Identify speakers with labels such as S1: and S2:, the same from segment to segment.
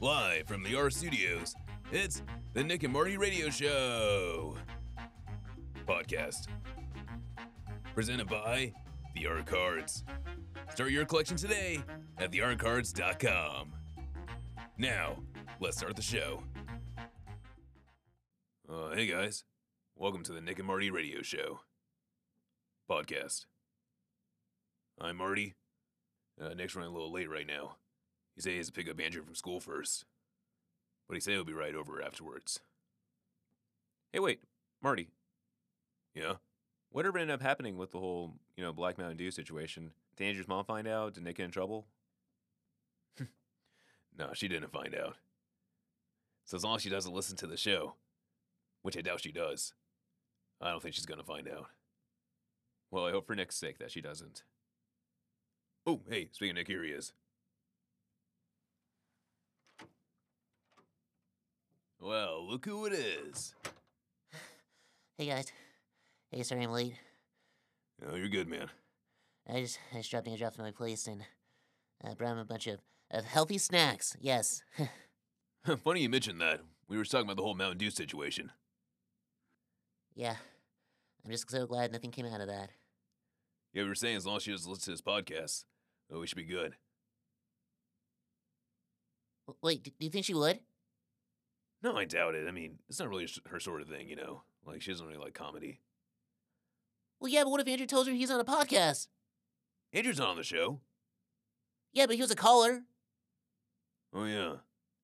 S1: Live from the R Studios, it's the Nick and Marty Radio Show podcast. Presented by the R Cards. Start your collection today at thercards.com. Now, let's start the show. Uh, hey guys, welcome to the Nick and Marty Radio Show podcast. I'm Marty. Uh, Nick's running a little late right now. He said he has to pick up Andrew from school first, but he said he'll be right over afterwards.
S2: Hey, wait, Marty.
S1: Yeah,
S2: Whatever ended up happening with the whole, you know, Black Mountain Dew situation? Did Andrew's mom find out? Did Nick get in trouble?
S1: no, she didn't find out. So as long as she doesn't listen to the show, which I doubt she does, I don't think she's gonna find out.
S2: Well, I hope for Nick's sake that she doesn't.
S1: Oh, hey, speaking of Nick, here he is. Well, look who it is.
S3: Hey guys. Hey, sorry I'm late.
S1: Oh, you're good, man.
S3: I just I just dropped Andrew off at my place and uh, brought him a bunch of, of healthy snacks. Yes.
S1: Funny you mentioned that. We were talking about the whole Mountain Dew situation.
S3: yeah. I'm just so glad nothing came out of that.
S1: Yeah, we were saying as long as she doesn't listen to this podcast, uh, we should be good.
S3: W- Wait, d- do you think she would?
S1: No, I doubt it. I mean, it's not really sh- her sort of thing, you know? Like, she doesn't really like comedy.
S3: Well, yeah, but what if Andrew tells her he's on a podcast?
S1: Andrew's not on the show.
S3: Yeah, but he was a caller.
S1: Oh, yeah.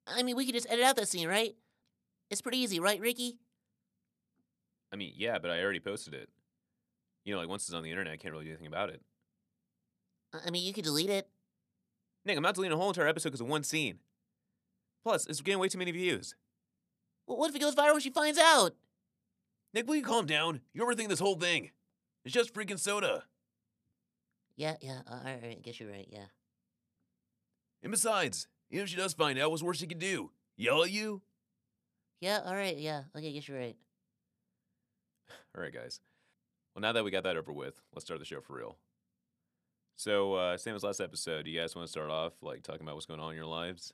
S3: I mean, we could just edit out that scene, right? It's pretty easy, right, Ricky?
S2: I mean, yeah, but I already posted it. You know, like once it's on the internet, I can't really do anything about it.
S3: I I mean, you could delete it.
S2: Nick, I'm not deleting a whole entire episode because of one scene. Plus, it's getting way too many views.
S3: Well, what if it goes viral when she finds out?
S1: Nick, will you calm down? You overthink this whole thing. It's just freaking soda.
S3: Yeah, yeah, uh, all right, all right, I guess you're right, yeah.
S1: And besides, even if she does find out, what's worse she could do? Yell at you?
S3: Yeah, all right, yeah, okay, I guess you're right.
S2: All right, guys. Well, now that we got that over with, let's start the show for real. So, uh, same as last episode, do you guys want to start off like talking about what's going on in your lives?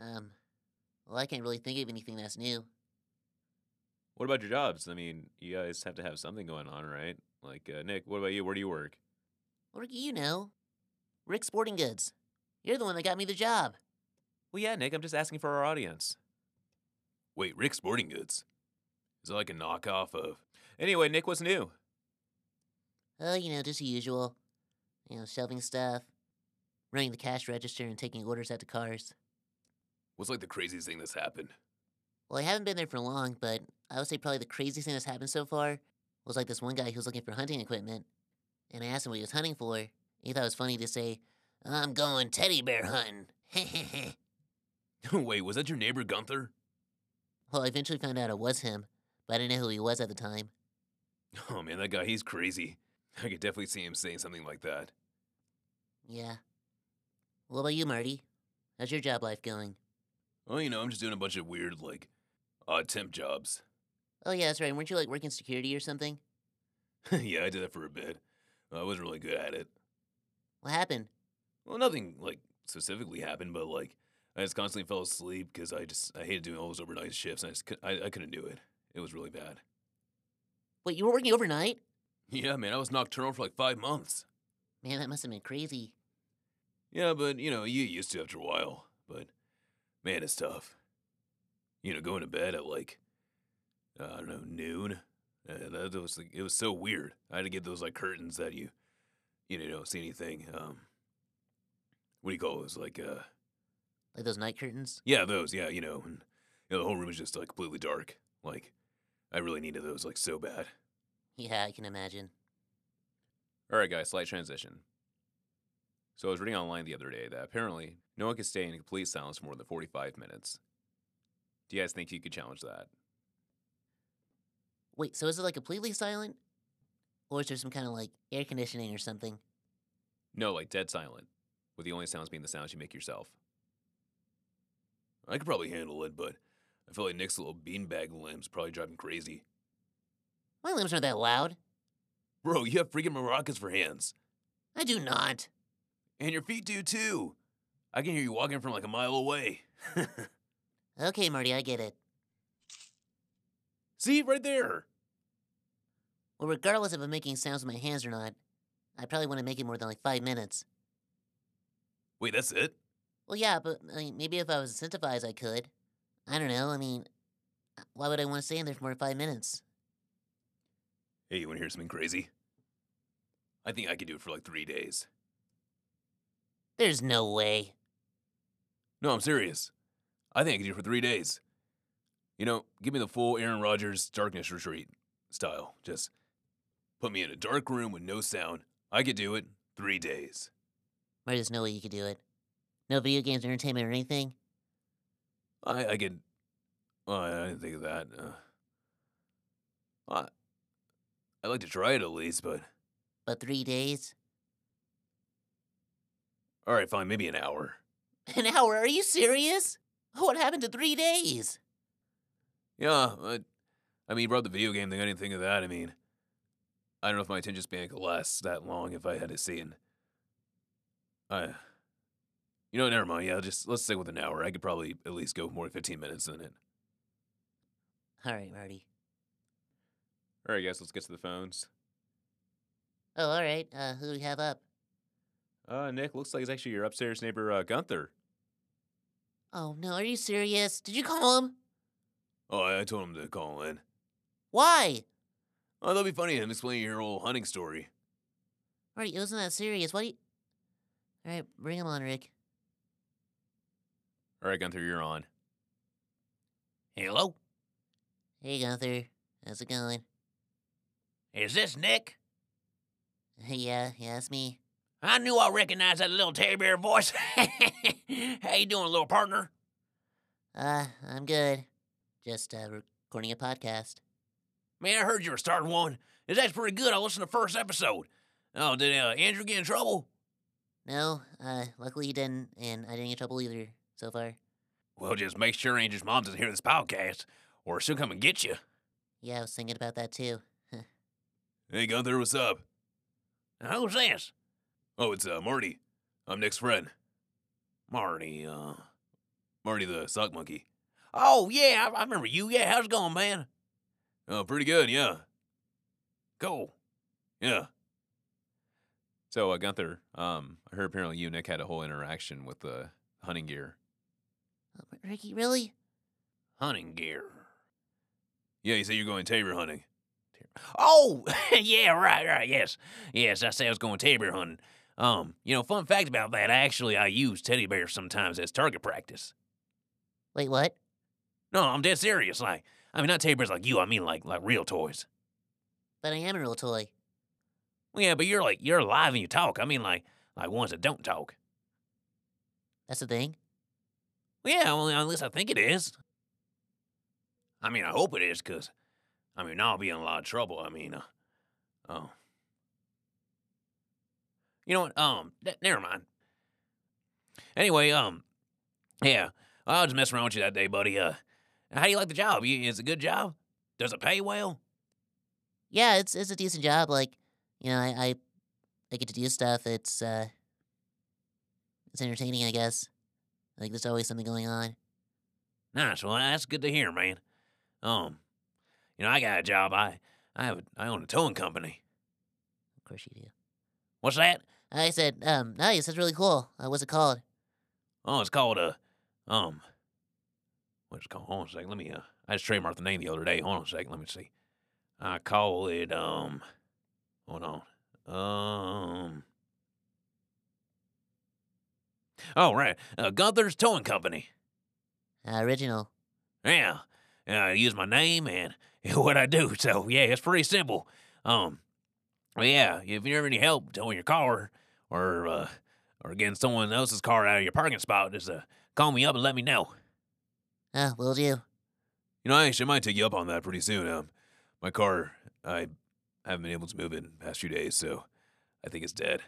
S3: Um, well, I can't really think of anything that's new.
S2: What about your jobs? I mean, you guys have to have something going on, right? Like, uh, Nick, what about you? Where do you work?
S3: Well, Ricky, you know. Rick Sporting Goods. You're the one that got me the job.
S2: Well, yeah, Nick, I'm just asking for our audience.
S1: Wait, Rick's Sporting Goods. Is that like a knockoff of.
S2: Anyway, Nick, what's new?
S3: Oh, you know, just the usual. You know, shelving stuff, running the cash register, and taking orders at the cars.
S1: What's like the craziest thing that's happened?
S3: Well, I haven't been there for long, but I would say probably the craziest thing that's happened so far was like this one guy who was looking for hunting equipment, and I asked him what he was hunting for. and He thought it was funny to say, "I'm going teddy bear hunting."
S1: Wait, was that your neighbor Gunther?
S3: well, I eventually found out it was him, but I didn't know who he was at the time.
S1: Oh man, that guy, he's crazy. I could definitely see him saying something like that.
S3: Yeah. What about you, Marty? How's your job life going?
S1: Oh, you know, I'm just doing a bunch of weird, like, odd temp jobs.
S3: Oh yeah, that's right. Weren't you like working security or something?
S1: yeah, I did that for a bit. I wasn't really good at it.
S3: What happened?
S1: Well, nothing like specifically happened, but like I just constantly fell asleep because I just I hated doing all those overnight shifts. And I just cou- I, I couldn't do it. It was really bad.
S3: Wait, you were working overnight?
S1: Yeah, man, I was nocturnal for like five months.
S3: Man, that must have been crazy.
S1: Yeah, but you know, you get used to after a while. But man, it's tough. You know, going to bed at like uh, I don't know noon. Uh, that that was like, it was so weird. I had to get those like curtains that you you know you don't see anything. Um, what do you call those? Like uh,
S3: Like those night curtains?
S1: Yeah, those. Yeah, you know, and you know, the whole room is just like completely dark. Like, I really needed those like so bad.
S3: Yeah, I can imagine.
S2: All right, guys, slight transition. So I was reading online the other day that apparently no one can stay in complete silence for more than 45 minutes. Do you guys think you could challenge that?
S3: Wait, so is it like completely silent? Or is there some kind of like air conditioning or something?
S2: No, like dead silent, with the only sounds being the sounds you make yourself.
S1: I could probably handle it, but I feel like Nick's little beanbag limbs probably drive him crazy.
S3: My limbs aren't that loud.
S1: Bro, you have freaking maracas for hands,
S3: I do not.
S1: and your feet do too. I can hear you walking from like a mile away.
S3: Okay, Marty, I get it.
S1: See, right there.
S3: Well, regardless if I'm making sounds with my hands or not, I probably want to make it more than like five minutes.
S1: Wait, that's it?
S3: Well, yeah, but I mean, maybe if I was incentivized, I could. I don't know. I mean, uh, why would I want to stay in there for more than five minutes?
S1: Hey, you want to hear something crazy? I think I could do it for like three days.
S3: There's no way.
S1: No, I'm serious. I think I could do it for three days. You know, give me the full Aaron Rodgers darkness retreat style. Just put me in a dark room with no sound. I could do it three days.
S3: Marty, there's no way you could do it. No video games, entertainment, or anything.
S1: I, I could. Well, I didn't think of that. Uh, I, I'd like to try it at least, but.
S3: But three days?
S1: All right, fine, maybe an hour.
S3: An hour? Are you serious? What happened to three days?
S1: Yeah, I, I mean, you brought up the video game thing. I didn't think of that. I mean, I don't know if my attention span could last that long if I had to see it. I, you know, never mind. Yeah, just let's stick with an hour. I could probably at least go more than fifteen minutes in it.
S3: All right, Marty.
S2: All right, guys, let's get to the phones.
S3: Oh, all right. Uh, who do we have up?
S2: Uh, Nick, looks like it's actually your upstairs neighbor, uh, Gunther.
S3: Oh, no. Are you serious? Did you call him?
S1: Oh, I, I told him to call in.
S3: Why?
S1: Oh, that'd be funny. Him explaining your whole hunting story.
S3: Marty, it wasn't that serious. Why do you. All right, bring him on, Rick.
S2: All right, Gunther, you're on.
S4: Hello?
S3: Hey, Gunther. How's it going?
S4: Is this Nick?
S3: Yeah, yeah, it's me.
S4: I knew I recognized that little teddy bear voice. How you doing, little partner?
S3: Uh, I'm good. Just uh, recording a podcast.
S4: Man, I heard you were starting one. It's actually pretty good. I listened to the first episode. Oh, did uh, Andrew get in trouble?
S3: No, uh, luckily he didn't, and I didn't get in trouble either so far.
S4: Well, just make sure Andrew's mom doesn't hear this podcast, or she'll come and get you.
S3: Yeah, I was thinking about that too.
S1: Hey, Gunther, what's up?
S4: Who's this?
S1: Oh, it's uh, Marty. I'm Nick's friend.
S4: Marty, uh.
S1: Marty the sock monkey.
S4: Oh, yeah, I, I remember you. Yeah, how's it going, man?
S1: Oh, pretty good, yeah.
S4: Cool.
S1: Yeah.
S2: So, uh, Gunther, um, I heard apparently you and Nick had a whole interaction with the hunting gear.
S3: Uh, Ricky, really?
S4: Hunting gear.
S1: Yeah, you say you're going tabor hunting.
S4: Oh, yeah, right, right, yes. Yes, I say I was going teddy bear hunting. Um, you know, fun fact about that, actually, I use teddy bears sometimes as target practice.
S3: Wait, what?
S4: No, I'm dead serious. Like, I mean, not teddy bears like you. I mean, like, like real toys.
S3: But I am a real toy.
S4: Well, yeah, but you're like you're alive and you talk. I mean, like, like ones that don't talk.
S3: That's the thing?
S4: Well, yeah, well, unless I think it is. I mean, I hope it is, cause, I mean, I'll be in a lot of trouble. I mean, uh, oh, you know what? Um, th- never mind. Anyway, um, yeah, I was messing around with you that day, buddy. Uh, how do you like the job? You, is it a good job? Does it pay well?
S3: Yeah, it's it's a decent job. Like, you know, I I, I get to do stuff. It's uh, it's entertaining, I guess. Like, there's always something going on.
S4: Nice. Well, that's good to hear, man. Um, you know, I got a job. I I have a, I own a towing company.
S3: Of course you do.
S4: What's that?
S3: I said, um, nice. That's really cool. Uh, what's it called?
S4: Oh, it's called a um. What's it called? Hold on a second. Let me. Uh, I just trademarked the name the other day. Hold on a second. Let me see. I call it um. Hold on. Um. Oh right, uh, Gunther's Towing Company.
S3: Uh, original.
S4: Yeah, uh, I use my name and what I do. So yeah, it's pretty simple. Um, but yeah, if you ever need help towing your car or uh, or getting someone else's car out of your parking spot, just uh, call me up and let me know.
S3: Uh, will do.
S1: You know, I actually might take you up on that pretty soon. Um, my car, I haven't been able to move it in the past few days, so I think it's dead.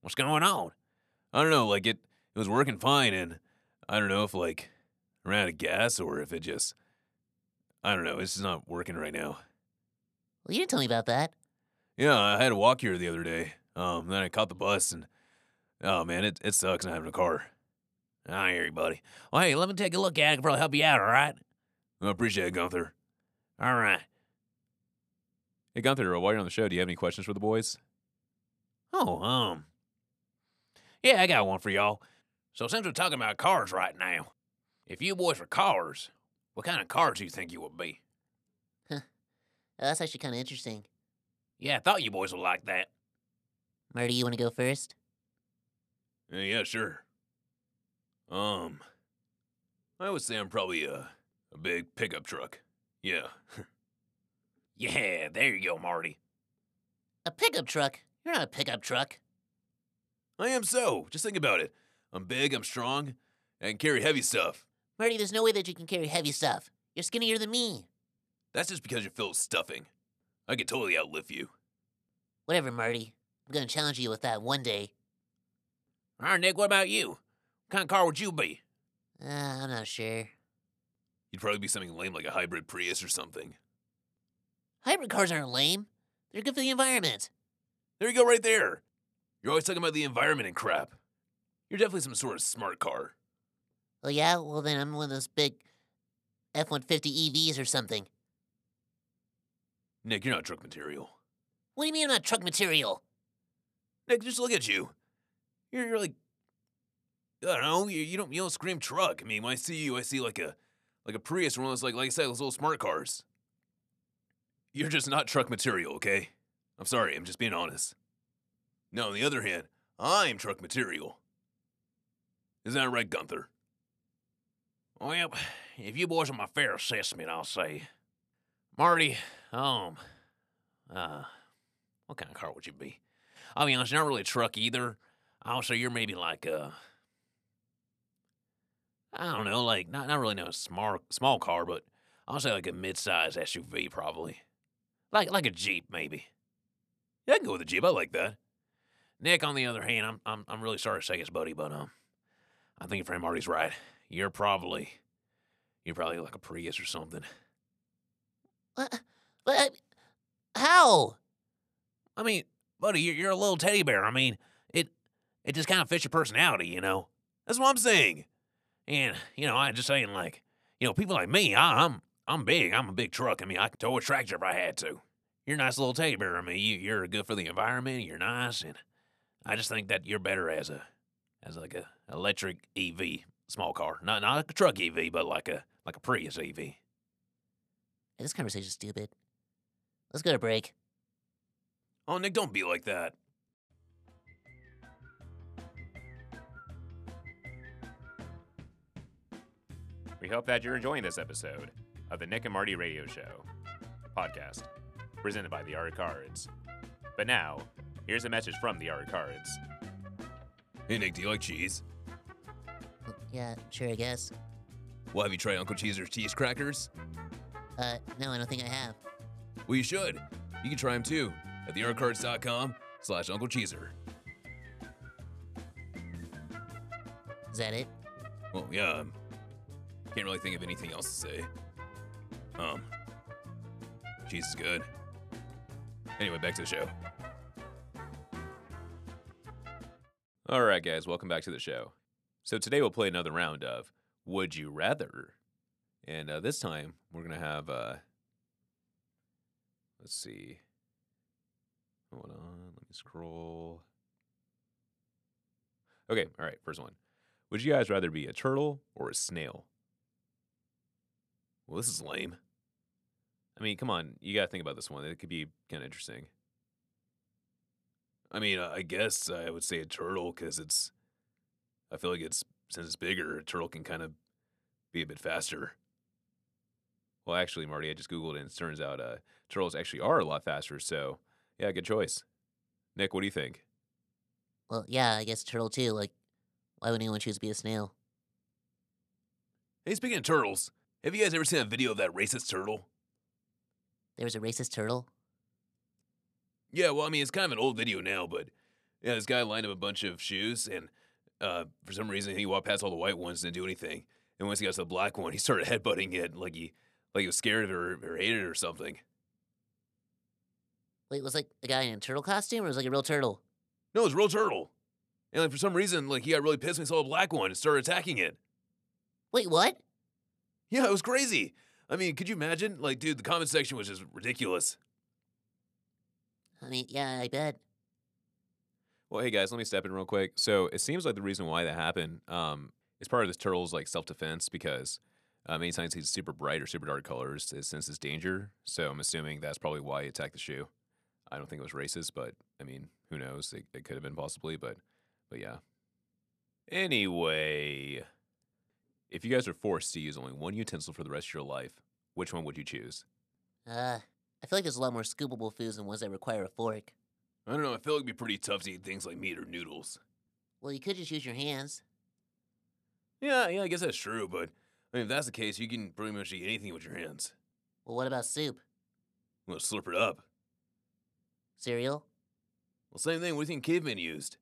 S4: What's going on?
S1: I don't know, like it, it was working fine, and I don't know if like I ran out of gas or if it just, I don't know, it's just not working right now.
S3: Well, you didn't tell me about that.
S1: Yeah, I had to walk here the other day. Um, then I caught the bus, and oh man, it, it sucks not having a car.
S4: I hear you, buddy. Well, hey, let me take a look at it. I can probably help you out, all right?
S1: I appreciate it, Gunther.
S4: All right.
S2: Hey, Gunther, while you're on the show, do you have any questions for the boys?
S4: Oh, um. Yeah, I got one for y'all. So, since we're talking about cars right now, if you boys were cars, what kind of cars do you think you would be?
S3: Oh, that's actually kind of interesting.
S4: Yeah, I thought you boys would like that.
S3: Marty, you want to go first?
S1: Uh, yeah, sure. Um, I would say I'm probably a, a big pickup truck. Yeah.
S4: Yeah, there you go, Marty.
S3: A pickup truck? You're not a pickup truck.
S1: I am so. Just think about it. I'm big, I'm strong, I can carry heavy stuff.
S3: Marty, there's no way that you can carry heavy stuff. You're skinnier than me.
S1: That's just because you're filled with stuffing. I could totally outlift you.
S3: Whatever, Marty. I'm going to challenge you with that one day.
S4: All right, Nick, what about you? What kind of car would you be?
S3: Uh, I'm not sure.
S1: You'd probably be something lame like a hybrid Prius or something.
S3: Hybrid cars aren't lame. They're good for the environment.
S1: There you go, right there. You're always talking about the environment and crap. You're definitely some sort of smart car.
S3: Well, yeah, well, then I'm one of those big F 150 EVs or something.
S1: Nick, you're not truck material.
S3: What do you mean I'm not truck material?
S1: Nick, just look at you. You're, you're like, I don't know. You, you don't you don't scream truck. I mean, when I see you, I see like a like a Prius or one of those like like I said, those little smart cars. You're just not truck material, okay? I'm sorry. I'm just being honest. Now, on the other hand, I'm truck material. Isn't that right, Gunther?
S4: Well, if you boys are my fair assessment, I'll say, Marty, um, uh, what kind of car would you be? I'll be honest, you're not really a truck either. Also, you're maybe like a, I don't know, like not not really no small small car, but I'll say like a mid-sized SUV probably, like like a Jeep maybe.
S1: Yeah, I can go with a Jeep. I like that.
S4: Nick, on the other hand, I'm I'm, I'm really sorry to say this, buddy, but um, I think your friend Marty's right. You're probably you're probably like a Prius or something.
S3: What? What? How?
S4: I mean, buddy, you're, you're a little teddy bear. I mean, it it just kind of fits your personality, you know.
S1: That's what I'm saying.
S4: And you know, I'm just saying, like, you know, people like me, I, I'm I'm big. I'm a big truck. I mean, I could tow a tractor if I had to. You're a nice little teddy bear. I mean, you, you're good for the environment. You're nice, and I just think that you're better as a as like a electric EV small car, not not like a truck EV, but like a like a Prius E EV.
S3: Hey, This conversation's stupid. Let's go to break.
S1: Oh, Nick, don't be like that.
S2: We hope that you're enjoying this episode of the Nick and Marty Radio Show podcast, presented by the Art of Cards. But now, here's a message from the Art of Cards.
S1: Hey, Nick, do you like cheese?
S3: Well, Yeah, sure, I guess.
S1: Well, have you tried Uncle Cheeser's cheese crackers?
S3: Uh, no, I don't think I have.
S1: Well, you should. You can try them too at theartcards.com slash Uncle Cheeser.
S3: Is that it?
S1: Well, yeah, um, can't really think of anything else to say. Um, cheese is good. Anyway, back to the show.
S2: All right, guys, welcome back to the show. So today we'll play another round of Would You Rather? And uh, this time we're going to have, uh, let's see. Hold on, let me scroll. Okay, all right, first one. Would you guys rather be a turtle or a snail?
S1: Well, this is lame.
S2: I mean, come on, you got to think about this one. It could be kind of interesting.
S1: I mean, I guess I would say a turtle because it's. I feel like it's since it's bigger, a turtle can kind of be a bit faster.
S2: Well, actually, Marty, I just Googled it and it turns out uh, turtles actually are a lot faster. So, yeah, good choice. Nick, what do you think?
S3: Well, yeah, I guess turtle too. Like, why would anyone choose to be a snail?
S1: Hey, speaking of turtles, have you guys ever seen a video of that racist turtle?
S3: There was a racist turtle.
S1: Yeah, well, I mean, it's kind of an old video now, but yeah, this guy lined up a bunch of shoes, and uh, for some reason, he walked past all the white ones and didn't do anything. And once he got to the black one, he started headbutting it like he like he was scared of it or, or hated it or something.
S3: Wait, was like a guy in a turtle costume, or was like a real turtle?
S1: No, it's a real turtle. And like for some reason, like he got really pissed when he saw a black one and started attacking it.
S3: Wait, what?
S1: Yeah, it was crazy. I mean, could you imagine? Like, dude, the comment section was just ridiculous.
S3: I mean, yeah, I bet.
S2: Well, hey guys, let me step in real quick. So it seems like the reason why that happened um, is part of this turtle's like self defense because um, anytime he's super bright or super dark colors, it senses danger. So I'm assuming that's probably why he attacked the shoe. I don't think it was racist, but I mean, who knows? It, it could have been possibly, but but yeah. Anyway, if you guys are forced to use only one utensil for the rest of your life, which one would you choose?
S3: Uh, I feel like there's a lot more scoopable foods than ones that require a fork.
S1: I don't know. I feel like it'd be pretty tough to eat things like meat or noodles.
S3: Well, you could just use your hands.
S1: Yeah, yeah, I guess that's true. But I mean, if that's the case, you can pretty much eat anything with your hands.
S3: Well, what about soup?
S1: Well, slurp it up.
S3: Cereal?
S1: Well, same thing. What do you think cavemen used?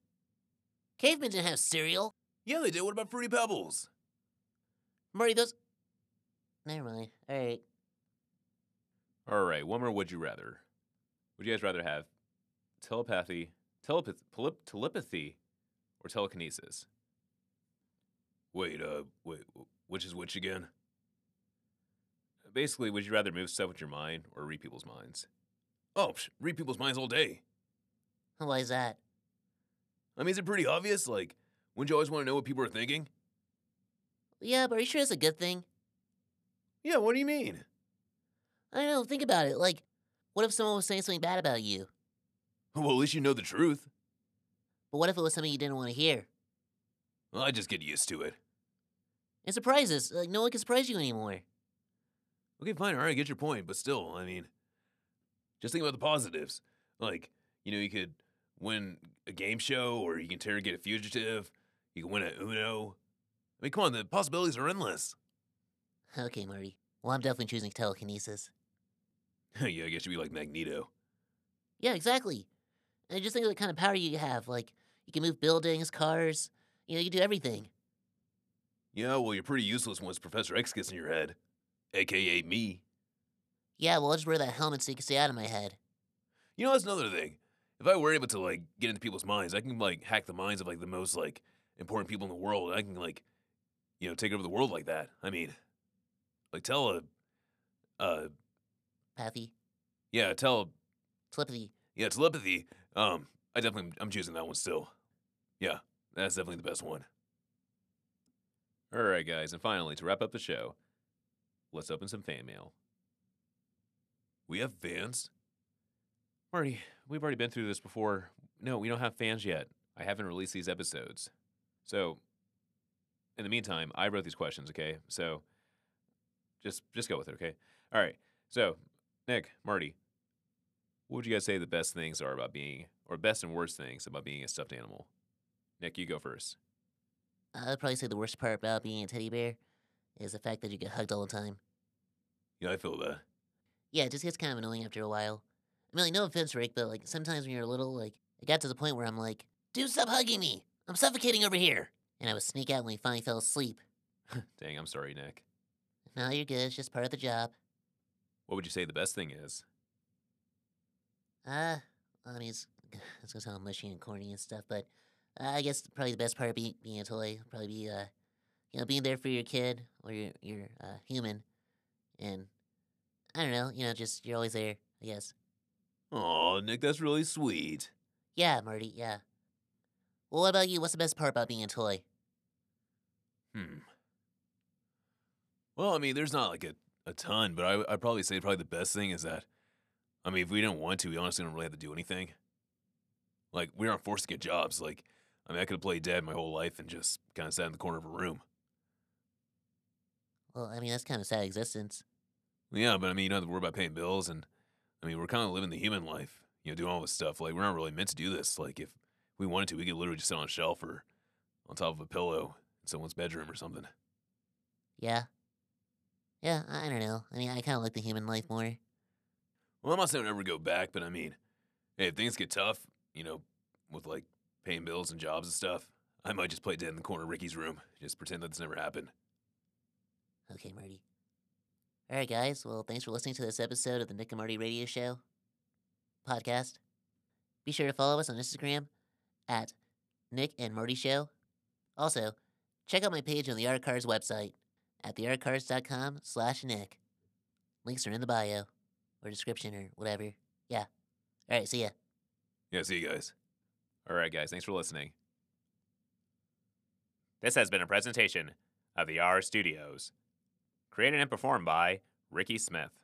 S3: Cavemen didn't have cereal.
S1: Yeah, they did. What about fruity pebbles?
S3: Murray, those. Never mind. All right.
S2: All right, one more. Would you rather? Would you guys rather have telepathy, telepath, telep- telepathy, or telekinesis?
S1: Wait, uh, wait, wh- which is which again?
S2: Basically, would you rather move stuff with your mind or read people's minds?
S1: Oh, psh, read people's minds all day.
S3: Why is that?
S1: I mean, is it pretty obvious? Like, wouldn't you always want to know what people are thinking?
S3: Yeah, but are you sure it's a good thing?
S1: Yeah, what do you mean?
S3: I don't know. Think about it. Like, what if someone was saying something bad about you?
S1: Well, at least you know the truth.
S3: But what if it was something you didn't want to hear?
S1: Well, I just get used to it.
S3: And surprises. Like, no one can surprise you anymore.
S1: Okay, fine. All right, I get your point. But still, I mean, just think about the positives. Like, you know, you could win a game show, or you can interrogate a fugitive. You can win a Uno. I mean, come on, the possibilities are endless.
S3: Okay, Murray. Well, I'm definitely choosing telekinesis.
S1: yeah, I guess you'd be like Magneto.
S3: Yeah, exactly. And just think of the kind of power you have. Like, you can move buildings, cars. You know, you can do everything.
S1: Yeah, well, you're pretty useless once Professor X gets in your head, aka me.
S3: Yeah, well, I'll just wear that helmet so you can stay out of my head.
S1: You know, that's another thing. If I were able to like get into people's minds, I can like hack the minds of like the most like important people in the world. I can like, you know, take over the world like that. I mean, like tell a, uh,
S3: Pathy.
S1: yeah, tell
S3: Telepathy.
S1: yeah telepathy. Um, I definitely I'm choosing that one still. Yeah, that's definitely the best one.
S2: All right, guys, and finally, to wrap up the show, let's open some fan mail.
S1: We have fans.
S2: Marty, we've already been through this before. No, we don't have fans yet. I haven't released these episodes. So, in the meantime, I wrote these questions, okay? So, just just go with it, okay? All right. So, Nick, Marty, what would you guys say the best things are about being or best and worst things about being a stuffed animal? Nick, you go first.
S3: I would probably say the worst part about being a teddy bear is the fact that you get hugged all the time.
S1: Yeah, I feel that.
S3: Yeah, it just gets kind of annoying after a while. I mean, like, no offense, Rick, but like sometimes when you're little, like it got to the point where I'm like, "Dude, stop hugging me! I'm suffocating over here!" And I would sneak out when he finally fell asleep.
S2: Dang, I'm sorry, Nick.
S3: No, you're good. It's just part of the job.
S2: What would you say the best thing is?
S3: Uh, I mean, it's, it's gonna sound mushy and corny and stuff, but uh, I guess probably the best part of being, being a toy would probably be, uh, you know, being there for your kid or your your uh, human, and I don't know, you know, just you're always there. I guess.
S1: Oh, Nick, that's really sweet.
S3: Yeah, Marty. Yeah. Well, what about you? What's the best part about being a toy?
S1: Hmm. Well, I mean, there's not like a, a ton, but I, I'd probably say probably the best thing is that, I mean, if we didn't want to, we honestly don't really have to do anything. Like, we aren't forced to get jobs. Like, I mean, I could have played dead my whole life and just kind of sat in the corner of a room.
S3: Well, I mean, that's kind of sad existence.
S1: Yeah, but I mean, you don't have to worry about paying bills. And I mean, we're kind of living the human life, you know, doing all this stuff. Like, we're not really meant to do this. Like, if we wanted to, we could literally just sit on a shelf or on top of a pillow in someone's bedroom or something.
S3: Yeah. Yeah, I I don't know. I mean, I kind of like the human life more.
S1: Well, I'm not saying I'd ever go back, but I mean, hey, if things get tough, you know, with like paying bills and jobs and stuff, I might just play dead in the corner of Ricky's room, just pretend that this never happened.
S3: Okay, Marty. All right, guys. Well, thanks for listening to this episode of the Nick and Marty Radio Show podcast. Be sure to follow us on Instagram at Nick and Morty Show. Also, check out my page on the Art Cars website at theartcars.com slash Nick. Links are in the bio or description or whatever. Yeah. All right, see ya.
S1: Yeah, see you guys.
S2: All right, guys, thanks for listening. This has been a presentation of the R Studios, created and performed by Ricky Smith.